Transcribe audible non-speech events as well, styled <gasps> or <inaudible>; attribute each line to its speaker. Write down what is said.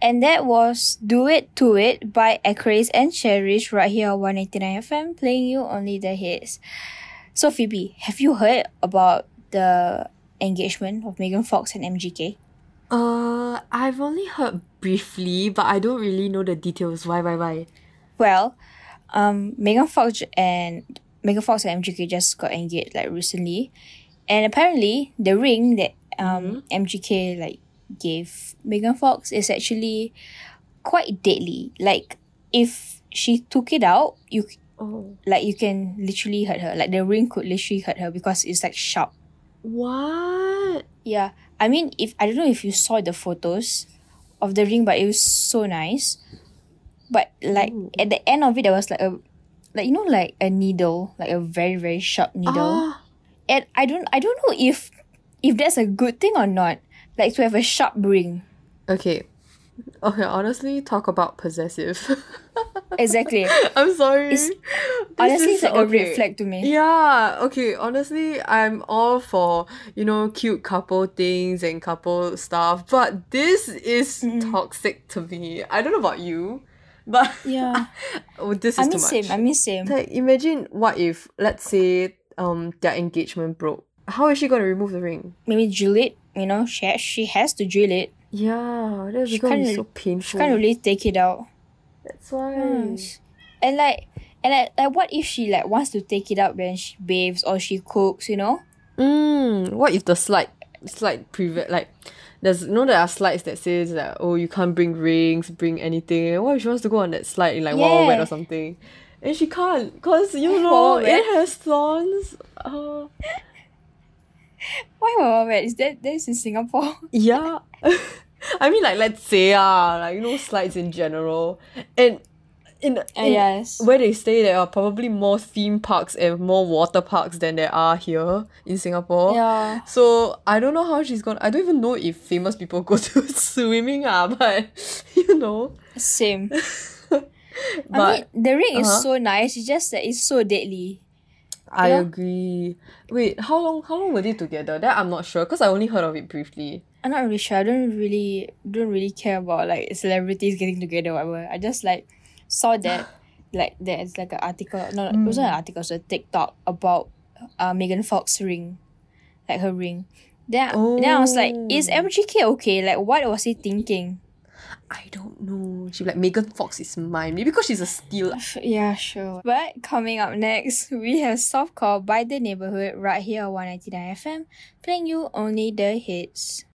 Speaker 1: and that was Do It To It by Acraze and Cherish right here on 189 FM, playing you only the hits. So, Phoebe, have you heard about the engagement of Megan Fox and MGK?
Speaker 2: Uh, I've only heard briefly, but I don't really know the details. Why, why, why?
Speaker 1: Well, um, Megan Fox and Megan Fox and MGK just got engaged like recently, and apparently the ring that um MGK like gave Megan Fox is actually quite deadly. Like if she took it out, you c-
Speaker 2: Oh,
Speaker 1: like you can literally hurt her. Like the ring could literally hurt her because it's like sharp.
Speaker 2: what?
Speaker 1: Yeah, I mean, if I don't know if you saw the photos of the ring, but it was so nice. But like
Speaker 2: Ooh.
Speaker 1: at the end of it, there was like a, like you know, like a needle, like a very very sharp needle.
Speaker 2: Ah,
Speaker 1: And I don't I don't know if if that's a good thing or not. Like to have a sharp
Speaker 2: <laughs>
Speaker 1: ring.
Speaker 2: okay. Okay, honestly, talk about possessive. <laughs>
Speaker 1: Exactly.
Speaker 2: I'm sorry.
Speaker 1: It's-
Speaker 2: This
Speaker 1: Honestly,
Speaker 2: is-
Speaker 1: it's like a
Speaker 2: okay.
Speaker 1: red flag to me.
Speaker 2: Yeah, okay, honestly, I'm all for, you know, cute couple things and couple stuff, but this is
Speaker 1: Mm-hmm.
Speaker 2: toxic to me. I don't know about you, but
Speaker 1: Yeah.
Speaker 2: oh, <laughs> this
Speaker 1: I
Speaker 2: is
Speaker 1: mean
Speaker 2: too much.
Speaker 1: same. I mean same.
Speaker 2: like, imagine what if, let's say, um, their engagement broke. How is she going to remove the ring?
Speaker 1: Maybe drill it. You know, she has, she has to drill it.
Speaker 2: Yeah, that's
Speaker 1: She
Speaker 2: going to
Speaker 1: can't-
Speaker 2: be so
Speaker 1: She
Speaker 2: painful.
Speaker 1: can't really take it out.
Speaker 2: That's why.
Speaker 1: Yes. Mm. And like and like, like what if she like wants to take it out when she bathes or she cooks, you know?
Speaker 2: Mm, what if the slide slide prevent like there's no there are slides that says that oh you can't bring rings, bring anything. What if she wants to go on that slide in like Wild Wet
Speaker 1: Yeah.
Speaker 2: or something? And she can't because <laughs> you know
Speaker 1: Wild Wet?
Speaker 2: it has thorns. Uh,
Speaker 1: Why wow, wait, is that that's in <laughs> Singapore?
Speaker 2: yeah. <laughs> I mean like let's say ah like you know slides in general. And in,
Speaker 1: Ah,
Speaker 2: in
Speaker 1: <laughs> yes.
Speaker 2: where they stay there are probably more theme parks and more water parks than there are here in Singapore.
Speaker 1: Yeah.
Speaker 2: So I don't know how she's gonna. I don't even know if famous people go <laughs> to swimming, ah, but <laughs> you know,
Speaker 1: Same.
Speaker 2: but
Speaker 1: I mean the ring
Speaker 2: uh-huh.
Speaker 1: is so nice, it's just that it's so deadly.
Speaker 2: I,
Speaker 1: you know-
Speaker 2: agree. Wait, how long? How long were they together? That I'm not sure because I only heard of it briefly.
Speaker 1: I'm not really sure. I don't really don't really care about like celebrities getting together or whatever. I just like saw <gasps> that like there's like an article no it wasn't an article, it was a TikTok about uh Megan Fox ring. Like her ring. Then, then I was like, is
Speaker 2: Oh.
Speaker 1: MGK okay? Like what was he thinking?
Speaker 2: I don't know. She be like Megan Fox is mine, maybe because she's a steal.
Speaker 1: <sighs> Yeah, sure. But coming up next, <laughs> we have Softcore by the Neighborhood right here on 199 FM, playing you only the hits.